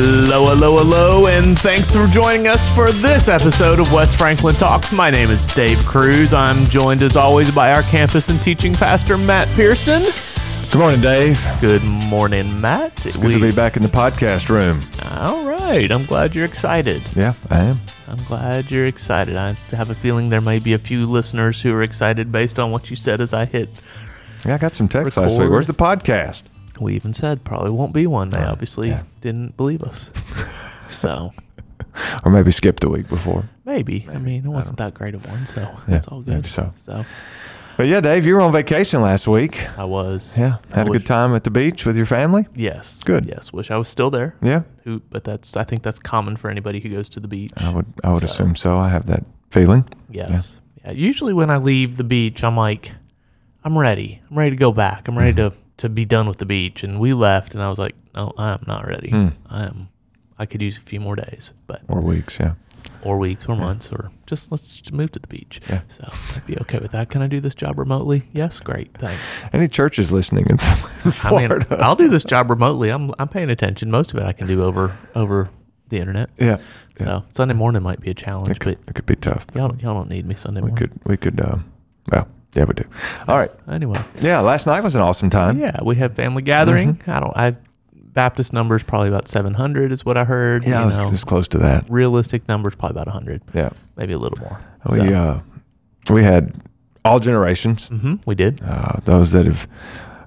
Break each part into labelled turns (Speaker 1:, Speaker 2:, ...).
Speaker 1: Hello, hello, and thanks for joining us for this episode of West Franklin Talks. My name is Dave Cruz. I'm joined as always by our campus and teaching pastor, Matt Pearson.
Speaker 2: Good morning, Dave.
Speaker 1: Good morning, Matt.
Speaker 2: It's good to be back in the podcast room.
Speaker 1: All right. I'm glad you're excited.
Speaker 2: Yeah, I am.
Speaker 1: I'm glad you're excited. I have a feeling there may be a few listeners who are excited based on what you said as I hit.
Speaker 2: Yeah, I got some text last week.
Speaker 1: Record.
Speaker 2: Where's the podcast?
Speaker 1: We even said probably won't be one. They
Speaker 2: Uh,
Speaker 1: obviously
Speaker 2: yeah.
Speaker 1: didn't believe us. so
Speaker 2: Or maybe skipped a week before.
Speaker 1: maybe. I mean, it wasn't that great of one, so
Speaker 2: Yeah,
Speaker 1: that's all good.
Speaker 2: maybe so.
Speaker 1: so
Speaker 2: But yeah, Dave, you were on vacation last week.
Speaker 1: I was.
Speaker 2: Yeah,
Speaker 1: I
Speaker 2: had a
Speaker 1: wish-
Speaker 2: good time at the beach with your family.
Speaker 1: Yes.
Speaker 2: Good.
Speaker 1: Yes. Wish I was still there.
Speaker 2: Yeah,
Speaker 1: Who? But that's. I think that's common for anybody who goes to the beach.
Speaker 2: I would. I would
Speaker 1: So-
Speaker 2: assume so. I have that feeling.
Speaker 1: Yes. Yeah. Usually when I leave the beach, I'm like, I'm ready. I'm ready to go back. I'm ready
Speaker 2: Mm-hmm.
Speaker 1: to to be done with the beach. And we left, and I was like, No, I'm not ready.
Speaker 2: Hmm.
Speaker 1: I'm. I could use a few more days, but
Speaker 2: Or weeks. Yeah.
Speaker 1: or weeks or months or just let's just move to the beach.
Speaker 2: Yeah.
Speaker 1: So be okay with that. Can I do this job remotely? Yes, great, thanks.
Speaker 2: Any churches listening in
Speaker 1: I mean,
Speaker 2: Florida?
Speaker 1: I'll do this job remotely. I'm I'm paying attention. Most of it I can do over over the internet.
Speaker 2: yeah.
Speaker 1: So Sunday morning might be a challenge,
Speaker 2: It could, it could be tough.
Speaker 1: but y'all y'all don't need me Sunday
Speaker 2: We
Speaker 1: morning.
Speaker 2: could. We could. Um, well, yeah, we do. All right.
Speaker 1: Anyway,
Speaker 2: Yeah, last night was an awesome time.
Speaker 1: yeah, we have family gathering.
Speaker 2: Mm-hmm.
Speaker 1: I don't. I Baptist numbers probably about 700 is what I heard.
Speaker 2: Yeah, I
Speaker 1: you
Speaker 2: was
Speaker 1: know.
Speaker 2: just close to that.
Speaker 1: realistic numbers probably about 100,
Speaker 2: Yeah.
Speaker 1: maybe a little more.
Speaker 2: We
Speaker 1: So,
Speaker 2: uh, we had all generations,
Speaker 1: mhm, we did.
Speaker 2: uh, those that have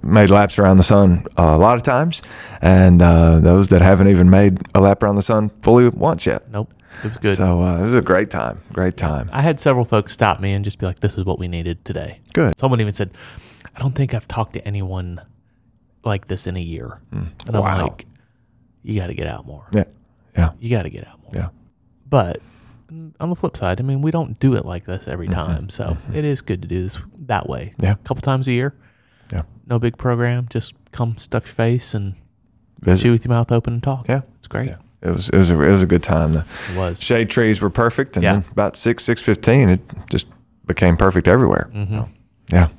Speaker 2: made laps around the sun a lot of times, and uh, those that haven't even made a lap around the sun fully once yet.
Speaker 1: Nope, it was good.
Speaker 2: So uh, it was a great time. Great time.
Speaker 1: I had several folks stop me and just be like, "This is what we needed today."
Speaker 2: Good.
Speaker 1: Someone even said, "I don't think I've talked to anyone like this in a year," and I'm
Speaker 2: Mm. Wow.
Speaker 1: like, "You got to get out more.
Speaker 2: Yeah. Yeah.
Speaker 1: You got to get out more."
Speaker 2: Yeah.
Speaker 1: But mm, on the flip side, I mean, we don't do it like this every time, so it is good to do this that way.
Speaker 2: Mm-hmm. Yeah.
Speaker 1: a couple times a year.
Speaker 2: Yeah.
Speaker 1: No big program. Just come stuff your face and
Speaker 2: Visit.
Speaker 1: chew with your mouth open and talk.
Speaker 2: Yeah.
Speaker 1: it's great.
Speaker 2: Yeah. It was it was a, it was a good time. The
Speaker 1: It was.
Speaker 2: shade trees were perfect, and
Speaker 1: Yeah.
Speaker 2: then about six six fifteen, it just became perfect everywhere.
Speaker 1: Mm.
Speaker 2: So, yeah.
Speaker 1: Mm-hmm.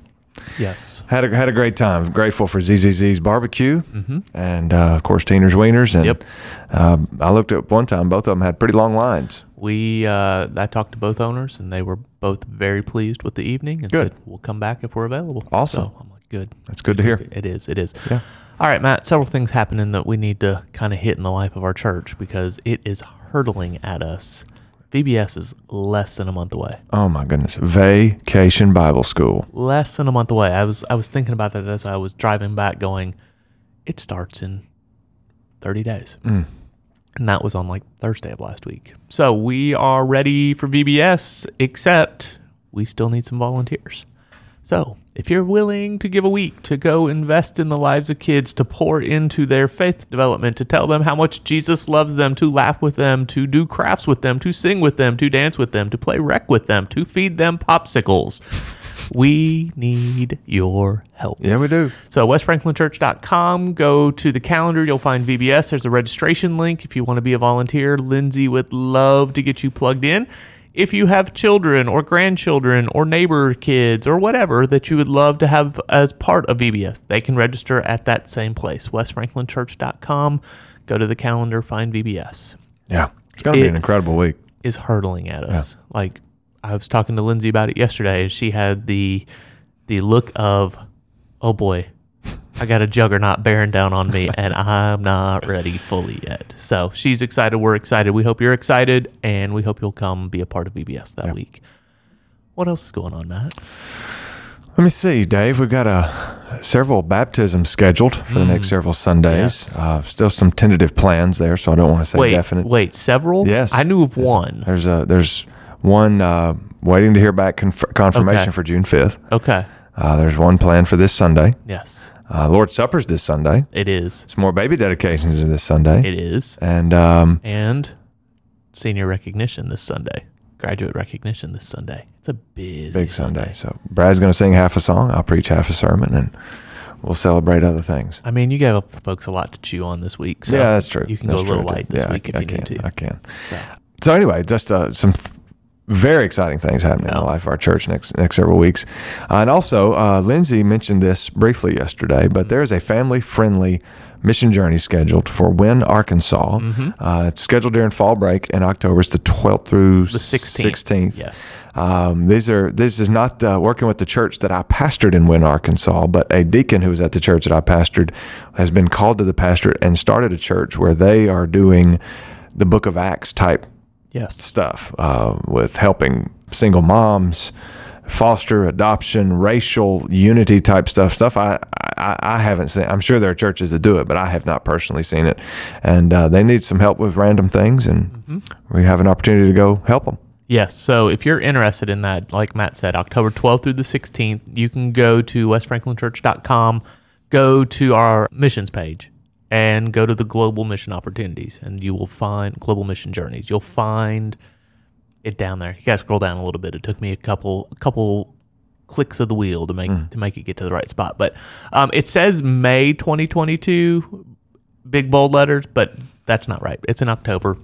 Speaker 1: Yes.
Speaker 2: Had a, had a great time. Grateful for ZZZ's barbecue
Speaker 1: Mm-hmm.
Speaker 2: and, uh, of course, Teeners Wieners. And
Speaker 1: Yep.
Speaker 2: um, I looked at one time, both of them had pretty long lines.
Speaker 1: We uh, I talked to both owners and they were both very pleased with the evening and
Speaker 2: Good.
Speaker 1: said we'll come back if we're available.
Speaker 2: Awesome.
Speaker 1: So I'm like, good.
Speaker 2: That's good to hear.
Speaker 1: It is. It is.
Speaker 2: Yeah.
Speaker 1: All right, Matt. Several things happening that we need to kind of hit in the life of our church because it is hurtling at us. VBS is less than a month away.
Speaker 2: Oh, my goodness. Vacation Bible School.
Speaker 1: Less than a month away. I was I was thinking about that as I was driving back, going, it starts in 30 days. And that was on like Thursday of last week. So we are ready for VBS, except we still need some volunteers. So if you're willing to give a week to go invest in the lives of kids, to pour into their faith development, to tell them how much Jesus loves them, to laugh with them, to do crafts with them, to sing with them, to dance with them, to play rec with them, to feed them popsicles, we need your help.
Speaker 2: Yeah, we do.
Speaker 1: So westfranklinchurch.com, go to the calendar, you'll find VBS. There's a registration link if you want to be a volunteer. Lindsay would love to get you plugged in. If you have children or grandchildren or neighbor kids or whatever that you would love to have as part of VBS, they can register at that same place, westfranklinchurch.com. Go to the calendar, find VBS
Speaker 2: Yeah. It's going to be an
Speaker 1: It-
Speaker 2: incredible week.
Speaker 1: is hurtling at us. Like I was talking to Lindsay about it yesterday, and she had the the look of, oh boy, I got a juggernaut bearing down on me, and I'm not ready fully yet. So she's excited. We're excited. We hope you're excited, and we hope you'll come be a part of VBS that week. What else is going on, Matt?
Speaker 2: Let me see, Dave. We've got uh, several baptisms scheduled for the next several Sundays.
Speaker 1: Yes.
Speaker 2: Uh, still some tentative plans there, so I don't want to say
Speaker 1: Wait,
Speaker 2: definite.
Speaker 1: wait, several?
Speaker 2: Yes.
Speaker 1: I knew of one.
Speaker 2: There's a there's one uh, waiting to hear back conf- confirmation
Speaker 1: Okay.
Speaker 2: for June 5th.
Speaker 1: Okay.
Speaker 2: Uh, there's one planned for this Sunday.
Speaker 1: Yes,
Speaker 2: Uh, Lord's Supper's this Sunday.
Speaker 1: it is.
Speaker 2: Some more baby dedications are this Sunday.
Speaker 1: It is.
Speaker 2: And um,
Speaker 1: and senior recognition this Sunday. Graduate recognition this Sunday. It's a busy
Speaker 2: big Sunday. So Brad's going to sing half a song. I'll preach half a sermon, and we'll celebrate other things.
Speaker 1: I mean, you gave up folks a lot to chew on this week. So
Speaker 2: yeah, that's true.
Speaker 1: You can
Speaker 2: That's
Speaker 1: go a little
Speaker 2: true.
Speaker 1: light this
Speaker 2: yeah,
Speaker 1: week
Speaker 2: I,
Speaker 1: if
Speaker 2: I
Speaker 1: you
Speaker 2: can.
Speaker 1: need to.
Speaker 2: I can.
Speaker 1: So,
Speaker 2: So anyway, just uh, some th- very exciting things happening in the
Speaker 1: Yeah.
Speaker 2: life of our church next next several weeks. Uh, and also, uh, Lindsay mentioned this briefly yesterday,
Speaker 1: Mm-hmm.
Speaker 2: but there is a family friendly mission journey scheduled for Wynn, Arkansas.
Speaker 1: Mm-hmm.
Speaker 2: Uh, it's scheduled during fall break in October. It's the 12th through the
Speaker 1: 16th.
Speaker 2: 16th.
Speaker 1: Yes.
Speaker 2: Um, these are this is not uh, working with the church that I pastored in Wynn, Arkansas, but a deacon who was at the church that I pastored has been called to the pastorate and started a church where they are doing the Book of Acts type
Speaker 1: Yes.
Speaker 2: stuff uh, with helping single moms, foster adoption, racial unity type stuff. Stuff I, I I haven't seen. I'm sure there are churches that do it, but I have not personally seen it. And uh, they need some help with random things, and we have an opportunity to go help them.
Speaker 1: Yes. So if you're interested in that, like Matt said, October 12th through the 16th, you can go to westfranklinchurch.com, go to our missions page, and go to the global mission opportunities, and you will find global mission journeys. You'll find it down there. You gotta scroll down a little bit. It took me a couple a couple clicks of the wheel to make to make it get to the right spot. But um, it says May 2022, big bold letters, but that's not right. It's in October.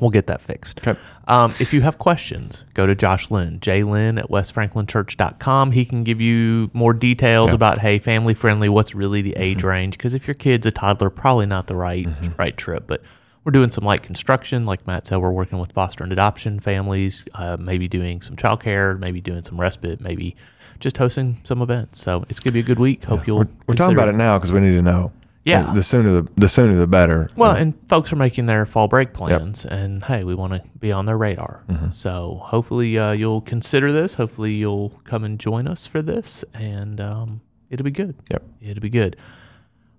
Speaker 1: We'll get that fixed.
Speaker 2: Okay.
Speaker 1: Um, if you have questions, go to Josh Lynn, jlynn at westfranklinchurch.com. He can give you more details about, hey, family friendly, what's really the
Speaker 2: Mm-hmm.
Speaker 1: age range? Because if your kid's a toddler, probably not the right right trip. But we're doing some light construction. Like Matt said, we're working with foster and adoption families, uh, maybe doing some childcare, maybe doing some respite, maybe just hosting some events. So it's going to be a good week. Hope you'll.
Speaker 2: We're, we're talking about
Speaker 1: consider
Speaker 2: it now because we need to know.
Speaker 1: Yeah.
Speaker 2: The sooner the the sooner the better.
Speaker 1: Well, and folks are making their fall break plans, and hey, we want to be on their radar.
Speaker 2: Mm-hmm.
Speaker 1: So hopefully uh, you'll consider this. Hopefully you'll come and join us for this, and um, it'll be good.
Speaker 2: Yep.
Speaker 1: It'll be good.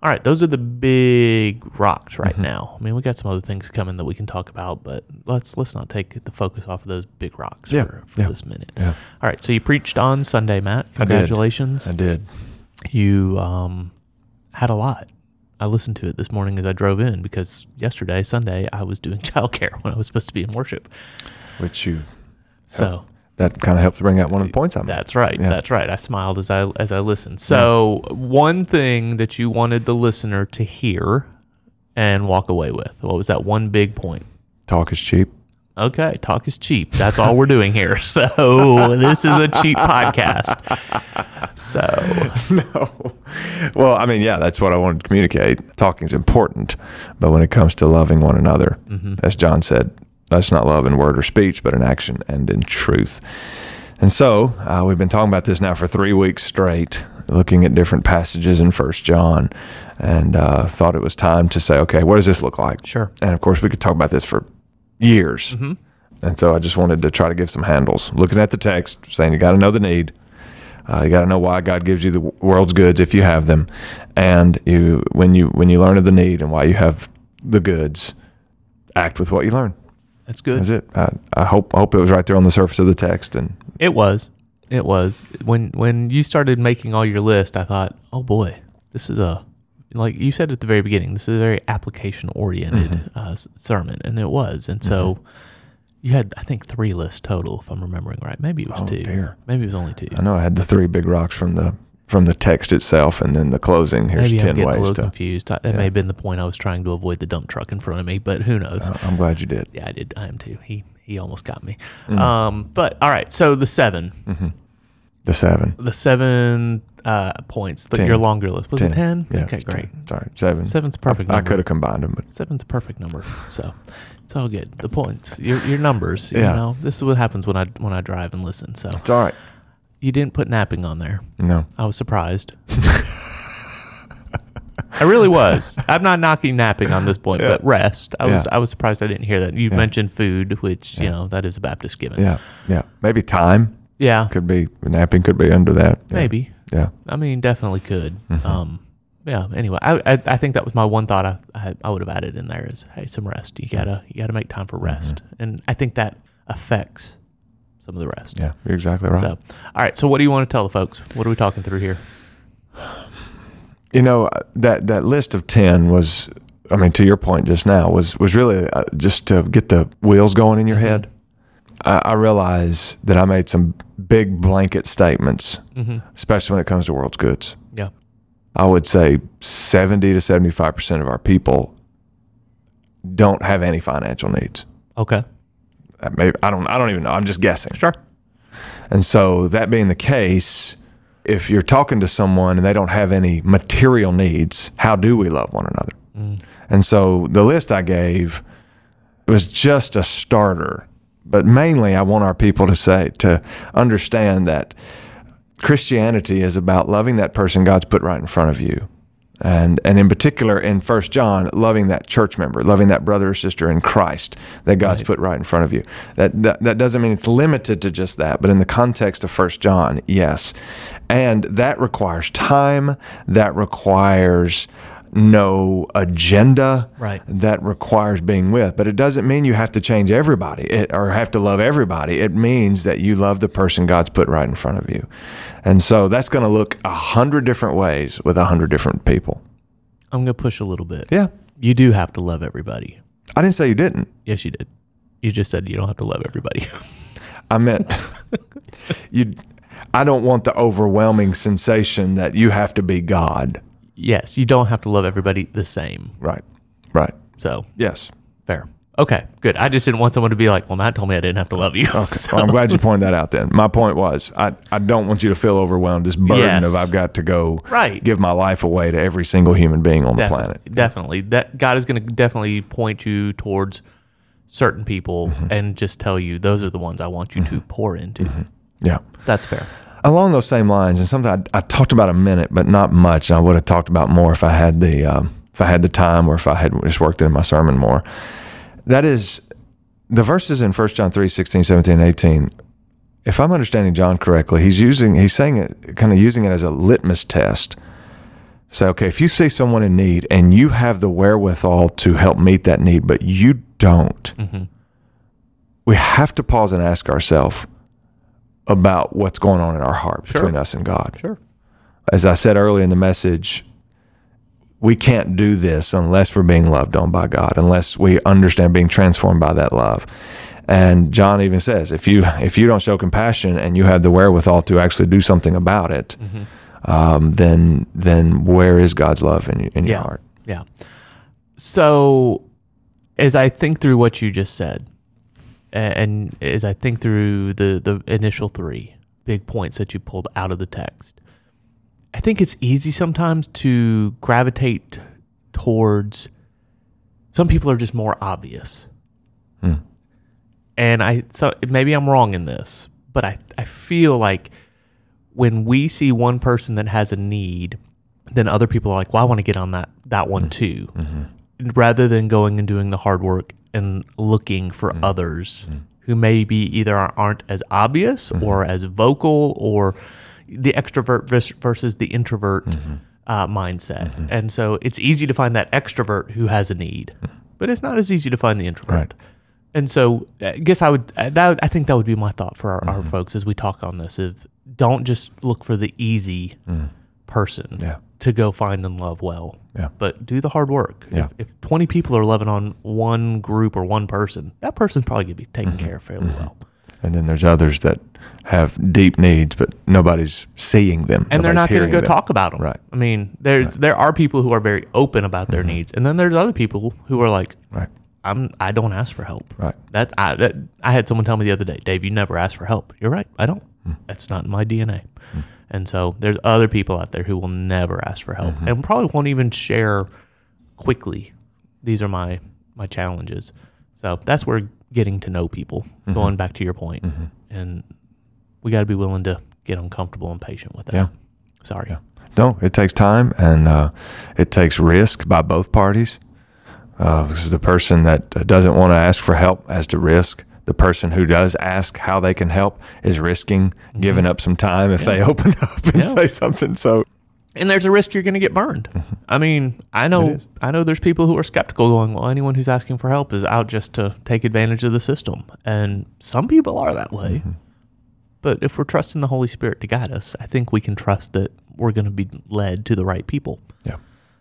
Speaker 1: All right, those are the big rocks right
Speaker 2: Mm-hmm.
Speaker 1: now. I mean, we got some other things coming that we can talk about, but let's let's not take the focus off of those big rocks
Speaker 2: Yeah,
Speaker 1: for, for
Speaker 2: yeah,
Speaker 1: this minute.
Speaker 2: yeah.
Speaker 1: All right, so you preached on Sunday, Matt. Congratulations
Speaker 2: I did.
Speaker 1: you um, had a lot. I listened to it this morning as I drove in because yesterday, Sunday, I was doing childcare when I was supposed to be in worship.
Speaker 2: Which you
Speaker 1: So
Speaker 2: that kind of helps bring out one of the points I'm.
Speaker 1: that's right.
Speaker 2: Yeah.
Speaker 1: That's right. I smiled as I as I listened. So one thing that you wanted the listener to hear and walk away with. What was that one big point?
Speaker 2: Talk is cheap.
Speaker 1: Okay, talk is cheap. That's all we're doing here. So this is a cheap podcast. So
Speaker 2: no. Well, I mean, yeah, that's what I wanted to communicate. Talking's important, but when it comes to loving one another, as John said, that's not love in word or speech, but in action and in truth. And so uh, we've been talking about this now for three weeks straight, looking at different passages in First John, and uh, thought it was time to say, okay, what does this look like?
Speaker 1: Sure.
Speaker 2: And of course, we could talk about this for years. And so I just wanted to try to give some handles. Looking at the text, saying you got to know the need, uh, you got to know why God gives you the w- world's goods if you have them, and you when you when you learn of the need and why you have the goods, act with what you learn.
Speaker 1: that's good.
Speaker 2: That's it. I, I hope I hope it was right there on the surface of the text, and
Speaker 1: It was. It was. When when you started making all your list, I thought, oh boy, this is a like you said at the very beginning. This is a very application oriented
Speaker 2: Mm-hmm.
Speaker 1: uh, s- sermon, and it was. And so you had, I think, three lists total, if I'm remembering right. Maybe it was
Speaker 2: Oh,
Speaker 1: two.
Speaker 2: dear.
Speaker 1: Maybe it was only two.
Speaker 2: I know I had the three big rocks from the from the text itself, and then the closing. Here's
Speaker 1: Maybe I'm
Speaker 2: ten
Speaker 1: getting a
Speaker 2: ways
Speaker 1: little
Speaker 2: to.
Speaker 1: confused. I- That may have been the point I was trying to avoid the dump truck in front of me, but who knows?
Speaker 2: uh, I'm glad you did.
Speaker 1: Yeah, I did. I am too. He he almost got me.
Speaker 2: Mm.
Speaker 1: Um, but all right. So the seven,
Speaker 2: Mm-hmm. The seven.
Speaker 1: the seven uh, points. The,
Speaker 2: Ten.
Speaker 1: your longer list was it ten?
Speaker 2: Yeah,
Speaker 1: okay,
Speaker 2: it's
Speaker 1: great.
Speaker 2: 10. Sorry, seven.
Speaker 1: Seven's a perfect.
Speaker 2: I
Speaker 1: Number.
Speaker 2: could have combined them, but
Speaker 1: Seven's a perfect number, so it's all good. The points, your your numbers. You
Speaker 2: Yeah.
Speaker 1: know, this is what happens when I when I drive and listen. So
Speaker 2: it's all right.
Speaker 1: you didn't put napping on there.
Speaker 2: No.
Speaker 1: I was surprised. I really was. I'm not knocking napping on this point, but rest. I was
Speaker 2: Yeah.
Speaker 1: I was surprised I didn't hear that. You mentioned food, which you know that is a Baptist given.
Speaker 2: Yeah. Yeah. Maybe time
Speaker 1: Yeah,
Speaker 2: could be napping could be under that. Yeah.
Speaker 1: maybe.
Speaker 2: Yeah.
Speaker 1: I mean, definitely could.
Speaker 2: Mm-hmm.
Speaker 1: Um, yeah. Anyway, I, I I think that was my one thought I I, I would have added in there is hey, some rest. You gotta you gotta make time
Speaker 2: Mm-hmm.
Speaker 1: for rest, and I think that affects some of the rest.
Speaker 2: Yeah. You're exactly right.
Speaker 1: So, all right. So, what do you want to tell the folks? What are we talking through here?
Speaker 2: you know uh, that that list of 10 was i mean to your point just now was was really uh, just to get the wheels going in your
Speaker 1: Mm-hmm.
Speaker 2: head I, I realize that i made some big blanket statements especially when it comes to world's goods
Speaker 1: Mm-hmm. Yeah.
Speaker 2: i would say 70 to 75% of our people don't have any financial needs
Speaker 1: Okay.
Speaker 2: Maybe I don't. I don't even know. I'm just guessing. Sure. And so that being the case, if you're talking to someone and they don't have any material needs, how do we love one another?
Speaker 1: Mm-hmm.
Speaker 2: And so the list I gave was just a starter, but mainly I want our people to say to understand that Christianity is about loving that person God's put right in front of you. And, and in particular, in First John, loving that church member, loving that brother or sister in Christ that God's put right in front of you. That, that, that doesn't mean it's limited to just that, but in the context of First John, yes. And that requires time, that requires no agenda,
Speaker 1: Right.
Speaker 2: that requires being with. But it doesn't mean you have to change everybody it, or have to love everybody. It means that you love the person God's put right in front of you. And so that's going to look a hundred different ways with a hundred different people.
Speaker 1: I'm going to push a little bit.
Speaker 2: Yeah.
Speaker 1: You do have to love everybody.
Speaker 2: I didn't say you didn't.
Speaker 1: Yes, you did. You just said you don't have to love everybody.
Speaker 2: I meant you. I don't want the overwhelming sensation that you have to be God.
Speaker 1: yes, you don't have to love everybody the same.
Speaker 2: Right. Right.
Speaker 1: So
Speaker 2: Yes.
Speaker 1: fair. Okay, good. I just didn't want someone to be like, well, Matt told me I didn't have to love you. So-
Speaker 2: Well, I'm glad you pointed that out then. My point was, I, I don't want you to feel overwhelmed, this burden
Speaker 1: Yes.
Speaker 2: of I've got to go
Speaker 1: Right.
Speaker 2: give my life away to every single human being on the
Speaker 1: definitely,
Speaker 2: planet.
Speaker 1: Definitely. That God is going to definitely point you towards certain people
Speaker 2: Mm-hmm.
Speaker 1: and just tell you those are the ones I want you to pour into.
Speaker 2: Mm-hmm. Yeah.
Speaker 1: That's fair.
Speaker 2: Along those same lines, and something I, I talked about a minute, but not much. And I would have talked about more if I had the um, if I had the time or if I had just worked it in my sermon more. That is the verses in 1 John 3, 16, 17, 18. If I'm understanding John correctly, he's using he's saying it kind of using it as a litmus test. So, okay, if you see someone in need and you have the wherewithal to help meet that need, but you don't, we have to pause and ask ourselves about what's going on in our heart between us and God.
Speaker 1: Sure.
Speaker 2: As I said earlier in the message, we can't do this unless we're being loved on by God, unless we understand being transformed by that love. And John even says, if you if you don't show compassion and you have the wherewithal to actually do something about it,
Speaker 1: Mm-hmm.
Speaker 2: um, then then where is God's love in, in your
Speaker 1: Yeah.
Speaker 2: heart?
Speaker 1: Yeah. So, as I think through what you just said, a- and as I think through the the initial three big points that you pulled out of the text, I think it's easy sometimes to gravitate towards. Some people are just more obvious, and I so maybe I'm wrong in this, but I I feel like when we see one person that has a need, then other people are like, "Well, I want to get on that that one too," And rather than going and doing the hard work and looking for others who maybe either aren't as obvious or as vocal or the extrovert vers- versus the introvert uh, mindset. And so it's easy to find that extrovert who has a need, but it's not as easy to find the introvert.
Speaker 2: Right.
Speaker 1: And so, I guess I would uh, that I think that would be my thought for our,
Speaker 2: Mm-hmm.
Speaker 1: our folks as we talk on this. If don't just look for the easy person
Speaker 2: Yeah.
Speaker 1: to go find and love well,
Speaker 2: Mm. Yeah.
Speaker 1: but do the hard work.
Speaker 2: Yeah.
Speaker 1: If, if twenty people are loving on one group or one person, that person's probably gonna be taken
Speaker 2: Mm-hmm.
Speaker 1: care of fairly well,
Speaker 2: And then there's others that have deep needs, but nobody's seeing them.
Speaker 1: and they're
Speaker 2: nobody's
Speaker 1: not gonna
Speaker 2: hearing
Speaker 1: go
Speaker 2: them.
Speaker 1: talk about them.
Speaker 2: Right. Mm-hmm.
Speaker 1: I mean, there's there are people who are very open about their needs, and then there's other people who are like,
Speaker 2: Right.
Speaker 1: I'm I don't ask for help.
Speaker 2: Right.
Speaker 1: That I that, I had someone tell me the other day, Dave, you never ask for help. You're right. I don't.
Speaker 2: Hmm.
Speaker 1: That's not in my DNA. And so there's other people out there who will never ask for
Speaker 2: Mm-hmm.
Speaker 1: help and probably won't even share quickly. These are my my challenges. So that's where getting to know people.
Speaker 2: Mm-hmm.
Speaker 1: Going back to your point, and we got to be willing to get uncomfortable and patient with that.
Speaker 2: Yeah.
Speaker 1: Sorry.
Speaker 2: No, it takes time and uh, it takes risk by both parties. Uh, because the person that uh, doesn't want to ask for help has to risk. The person who does ask how they can help is risking giving up some time if they open up and
Speaker 1: Yeah.
Speaker 2: say something. So,
Speaker 1: and there's a risk you're going to get burned. I mean, I know, I know. There's people who are skeptical, going, "Well, anyone who's asking for help is out just to take advantage of the system," and some people are that way. But if we're trusting the Holy Spirit to guide us, I think we can trust that we're going to be led to the right people.
Speaker 2: yeah,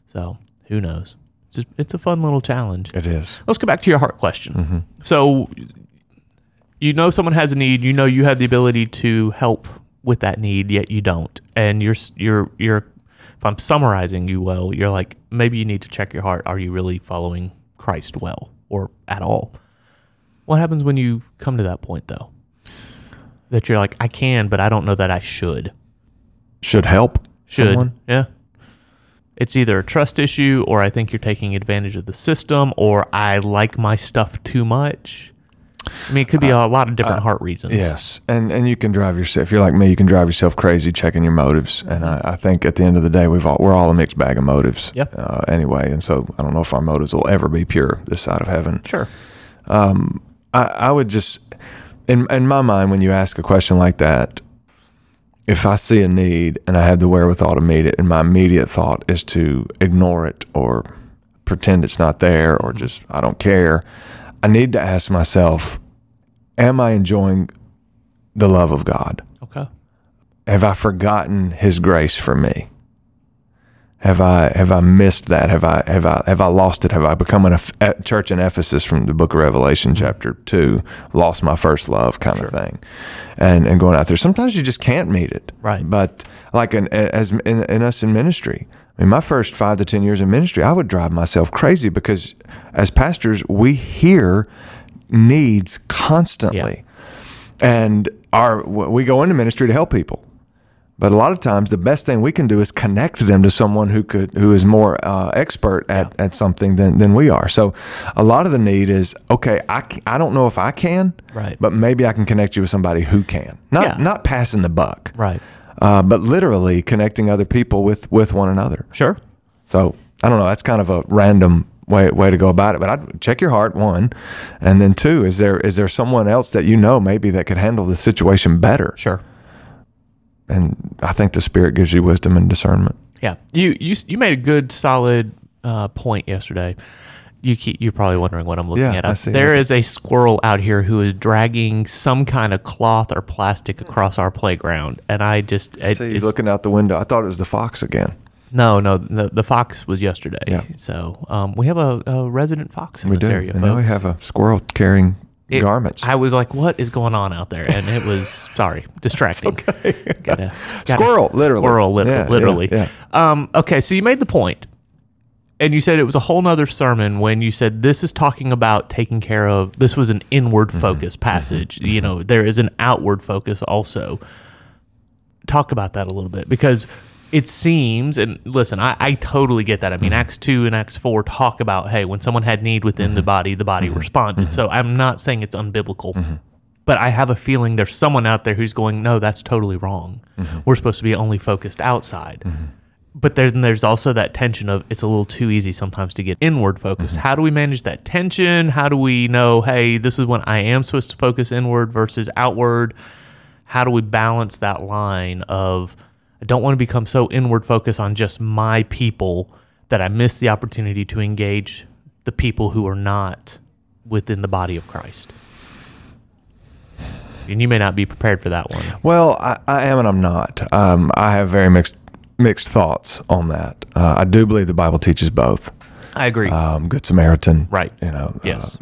Speaker 1: So who knows? It's a, it's a fun little challenge.
Speaker 2: it is.
Speaker 1: Let's go back to your heart question. So you know someone has a need, you know you have the ability to help with that need, yet you don't. And you're s- you're you're if I'm summarizing you well, you're like maybe you need to check your heart. Are you really following Christ well or at all? What happens when you come to that point though? That you're like, I can, but I don't know that I should.
Speaker 2: Should help
Speaker 1: Should
Speaker 2: someone.
Speaker 1: yeah. It's either a trust issue, or I think you're taking advantage of the system, or I like my stuff too much. I mean, it could be
Speaker 2: Uh,
Speaker 1: a lot of different heart reasons.
Speaker 2: Yes, and and you can drive yourself. If you're like me, you can drive yourself crazy checking your motives. And I, I think at the end of the day, we've all we're all a mixed bag of motives.
Speaker 1: Yeah.
Speaker 2: Uh, anyway, and so I don't know if our motives will ever be pure this side of heaven.
Speaker 1: Sure.
Speaker 2: I, I would just in in my mind when you ask a question like that, if I see a need and I have the wherewithal to meet it, and my immediate thought is to ignore it or pretend it's not there or just I don't care, I need to ask myself, am I enjoying the love of God?
Speaker 1: Okay.
Speaker 2: have I forgotten his grace for me? Have I have I missed that? Have I have I have I lost it? Have I become an, Eph- a church in Ephesus from the Book of Revelation, chapter two, lost my first love kind of thing, and and going out there. Sometimes you just can't meet it,
Speaker 1: Right.
Speaker 2: But like an, as in, in us in ministry, I mean, my first five to ten years in ministry, I would drive myself crazy because as pastors, we hear needs constantly and our we go into ministry to help people but a lot of times the best thing we can do is connect them to someone who could who is more uh, expert at, at something than, than we are so a lot of the need is okay I, c- I don't know if i can
Speaker 1: Right.
Speaker 2: but maybe i can connect you with somebody who can not
Speaker 1: Yeah.
Speaker 2: not passing the buck
Speaker 1: Right.
Speaker 2: uh, but literally connecting other people with with one another
Speaker 1: Sure.
Speaker 2: so I don't know. That's kind of a random way way to go about it. But I'd check your heart one, and then two is there is there someone else that you know maybe that could handle the situation better?
Speaker 1: Sure.
Speaker 2: And I think the Spirit gives you wisdom and discernment.
Speaker 1: Yeah, you you you made a good solid uh, point yesterday. You keep, you're probably wondering what I'm looking
Speaker 2: Yeah,
Speaker 1: at. Uh,
Speaker 2: I see.
Speaker 1: There is a squirrel out here who is dragging some kind of cloth or plastic across our playground, and I just it,
Speaker 2: See,
Speaker 1: it's-
Speaker 2: looking out the window, I thought it was the fox again.
Speaker 1: no no the, the fox was yesterday.
Speaker 2: Yeah.
Speaker 1: So um, we have a, a resident fox in
Speaker 2: We
Speaker 1: this
Speaker 2: do,
Speaker 1: area.
Speaker 2: and now we
Speaker 1: folks.
Speaker 2: have a squirrel carrying
Speaker 1: It-
Speaker 2: garments.
Speaker 1: I was like, "What is going on out there?" And it was sorry, distracting. Gotta- gotta-
Speaker 2: Squirrel, literally.
Speaker 1: Squirrel, lit-
Speaker 2: Yeah, yeah,
Speaker 1: literally.
Speaker 2: yeah.
Speaker 1: Um, okay, so you made the point, and you said it was a whole nother sermon when you said this is talking about taking care of. This was an inward
Speaker 2: Mm-hmm.
Speaker 1: focus passage. You know, there is an outward focus also. Talk about that a little bit because it seems and listen I, I totally get that i mean
Speaker 2: Mm-hmm.
Speaker 1: acts 2 and acts 4 talk about hey when someone had need within
Speaker 2: Mm-hmm.
Speaker 1: the body the body responded so i'm not saying it's unbiblical
Speaker 2: Mm-hmm.
Speaker 1: but I have a feeling there's someone out there who's going, no, that's totally wrong. We're supposed to be only focused outside. But then there's also that tension of it's a little too easy sometimes to get inward focused. How do we manage that tension? How do we know, hey, this is when I am supposed to focus inward versus outward? How do we balance that line of I don't want to become so inward focused on just my people that I miss the opportunity to engage the people who are not within the body of Christ? and you may not be prepared for that one.
Speaker 2: Well, I, I am and I'm not. Um, I have very mixed mixed thoughts on that. Uh, I do believe the Bible teaches both.
Speaker 1: I agree.
Speaker 2: Um, Good Samaritan,
Speaker 1: Right.
Speaker 2: You know, uh,
Speaker 1: yes.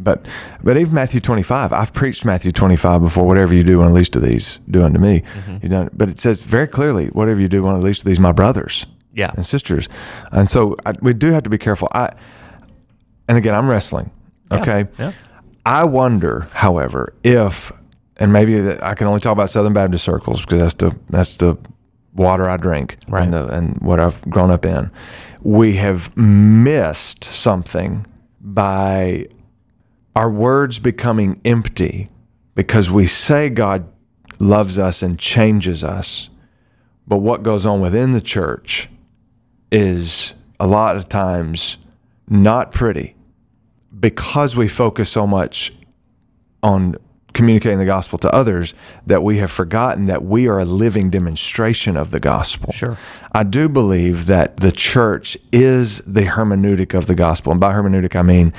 Speaker 2: But but even Matthew 25, I've preached Matthew 25 before. Whatever you do, one of the least of these, do unto me. You done, but it says very clearly, whatever you do, one of the least of these, my brothers
Speaker 1: yeah.
Speaker 2: and sisters. And so I, we do have to be careful. I and again, I'm wrestling.
Speaker 1: Yeah,
Speaker 2: Okay.
Speaker 1: yeah.
Speaker 2: I wonder, however, if and maybe that I can only talk about Southern Baptist circles because that's the that's the water I drink
Speaker 1: Right.
Speaker 2: and the, and what I've grown up in. We have missed something by our words becoming empty because we say God loves us and changes us. But what goes on within the church is a lot of times not pretty because we focus so much on communicating the gospel to others that we have forgotten that we are a living demonstration of the gospel.
Speaker 1: Sure.
Speaker 2: I do believe that the church is the hermeneutic of the gospel. And by hermeneutic, I mean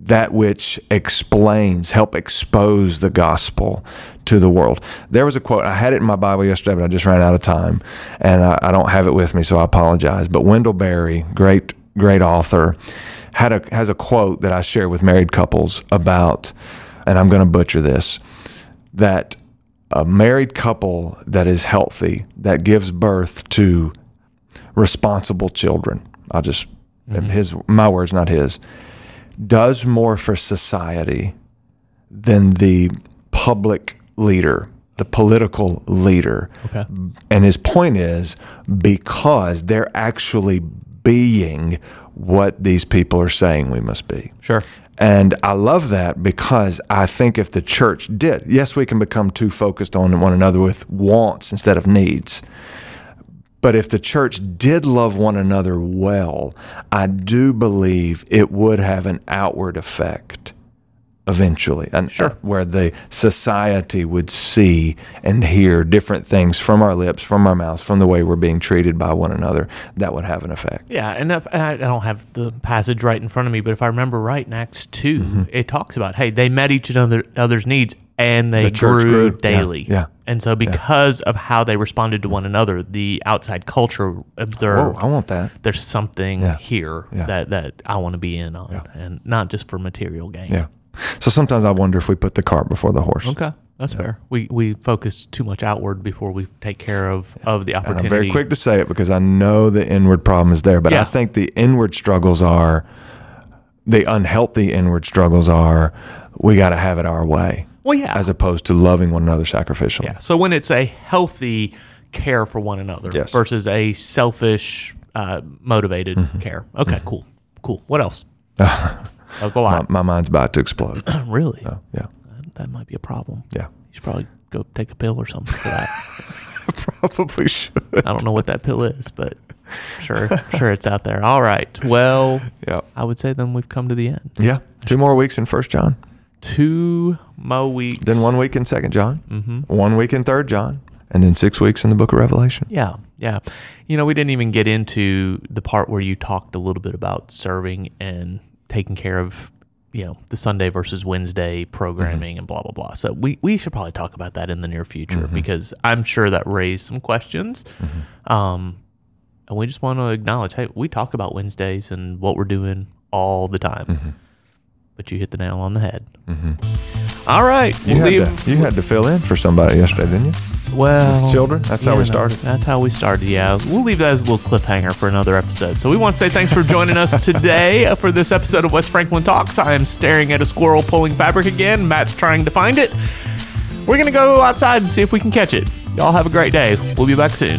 Speaker 2: that which explains, help expose the gospel to the world. There was a quote, I had it in my Bible yesterday, but I just ran out of time and I, I don't have it with me, so I apologize. But Wendell Berry, great, great author, had a, has a quote that I share with married couples about, and I'm going to butcher this, that a married couple that is healthy, that gives birth to responsible children, I'll just, his, my words, not his, does more for society than the public leader, the political leader.
Speaker 1: Okay.
Speaker 2: And his point is because they're actually being what these people are saying we must be.
Speaker 1: Sure.
Speaker 2: And I love that because I think if the church did, yes, we can become too focused on one another with wants instead of needs. But if the church did love one another well, I do believe it would have an outward effect eventually, and uh,
Speaker 1: Sure.
Speaker 2: where the society would see and hear different things from our lips, from our mouths, from the way we're being treated by one another. That would have an effect.
Speaker 1: Yeah, and if, and I I don't have the passage right in front of me, but if I remember right, in Acts 2
Speaker 2: Mm-hmm.
Speaker 1: it talks about hey, they met each other other's needs and they
Speaker 2: The
Speaker 1: grew,
Speaker 2: church grew, yeah,
Speaker 1: daily.
Speaker 2: yeah.
Speaker 1: and so because of how they responded to one another, the outside culture
Speaker 2: Oh,
Speaker 1: observed
Speaker 2: I want that.
Speaker 1: there's something here
Speaker 2: yeah.
Speaker 1: that that I want to be in on, and not just for material gain.
Speaker 2: Yeah. So sometimes I wonder if we put the cart before the horse.
Speaker 1: Okay, that's fair. We we focus too much outward before we take care of of the
Speaker 2: And
Speaker 1: opportunity.
Speaker 2: I'm very quick to say it because I know the inward problem is there, but
Speaker 1: Yeah.
Speaker 2: I think the inward struggles are the unhealthy inward struggles are we got to have it our way
Speaker 1: Well, yeah.
Speaker 2: as opposed to loving one another sacrificially.
Speaker 1: Yeah. So when it's a healthy care for one another
Speaker 2: Yes.
Speaker 1: versus a selfish, uh, motivated
Speaker 2: Mm-hmm.
Speaker 1: care. Okay. Cool. Cool. What else? that was a
Speaker 2: My,
Speaker 1: lot.
Speaker 2: my mind's about to explode.
Speaker 1: really?
Speaker 2: Um, yeah.
Speaker 1: That might be a problem.
Speaker 2: Yeah.
Speaker 1: You should probably go take a pill or something for that.
Speaker 2: Probably should.
Speaker 1: I don't know what that pill is, but sure, sure it's out there. All right. Well,
Speaker 2: Yeah.
Speaker 1: I would say then we've come to the end.
Speaker 2: Yeah. Two more weeks in First John.
Speaker 1: Two mo weeks.
Speaker 2: Then one week in Second John. Mm-hmm. One week in Third John. And then six weeks in the Book of Revelation.
Speaker 1: Yeah, yeah. You know, we didn't even get into the part where you talked a little bit about serving and taking care of, you know, the Sunday versus
Speaker 2: Mm-hmm.
Speaker 1: Wednesday programming and blah blah blah. So we we should probably talk about that in the near future
Speaker 2: Mm-hmm.
Speaker 1: because I'm sure that raised some questions. Um, and we just want to acknowledge, hey, we talk about Wednesdays and what we're doing all the time.
Speaker 2: Mm-hmm.
Speaker 1: But you hit the nail on the head. All right,
Speaker 2: Mm-hmm. You,
Speaker 1: we'll leave.
Speaker 2: had to, you had to fill in for somebody yesterday, didn't you?
Speaker 1: Well,
Speaker 2: children? That's how
Speaker 1: you
Speaker 2: we started.
Speaker 1: That's how we started. Yeah, we'll leave that as a little cliffhanger for another episode. So we want to say thanks for joining us today for this episode of West Franklin Talks. I am staring at a squirrel pulling fabric again. Matt's trying to find it. We're gonna go outside and see if we can catch it. Y'all have a great day. We'll be back soon.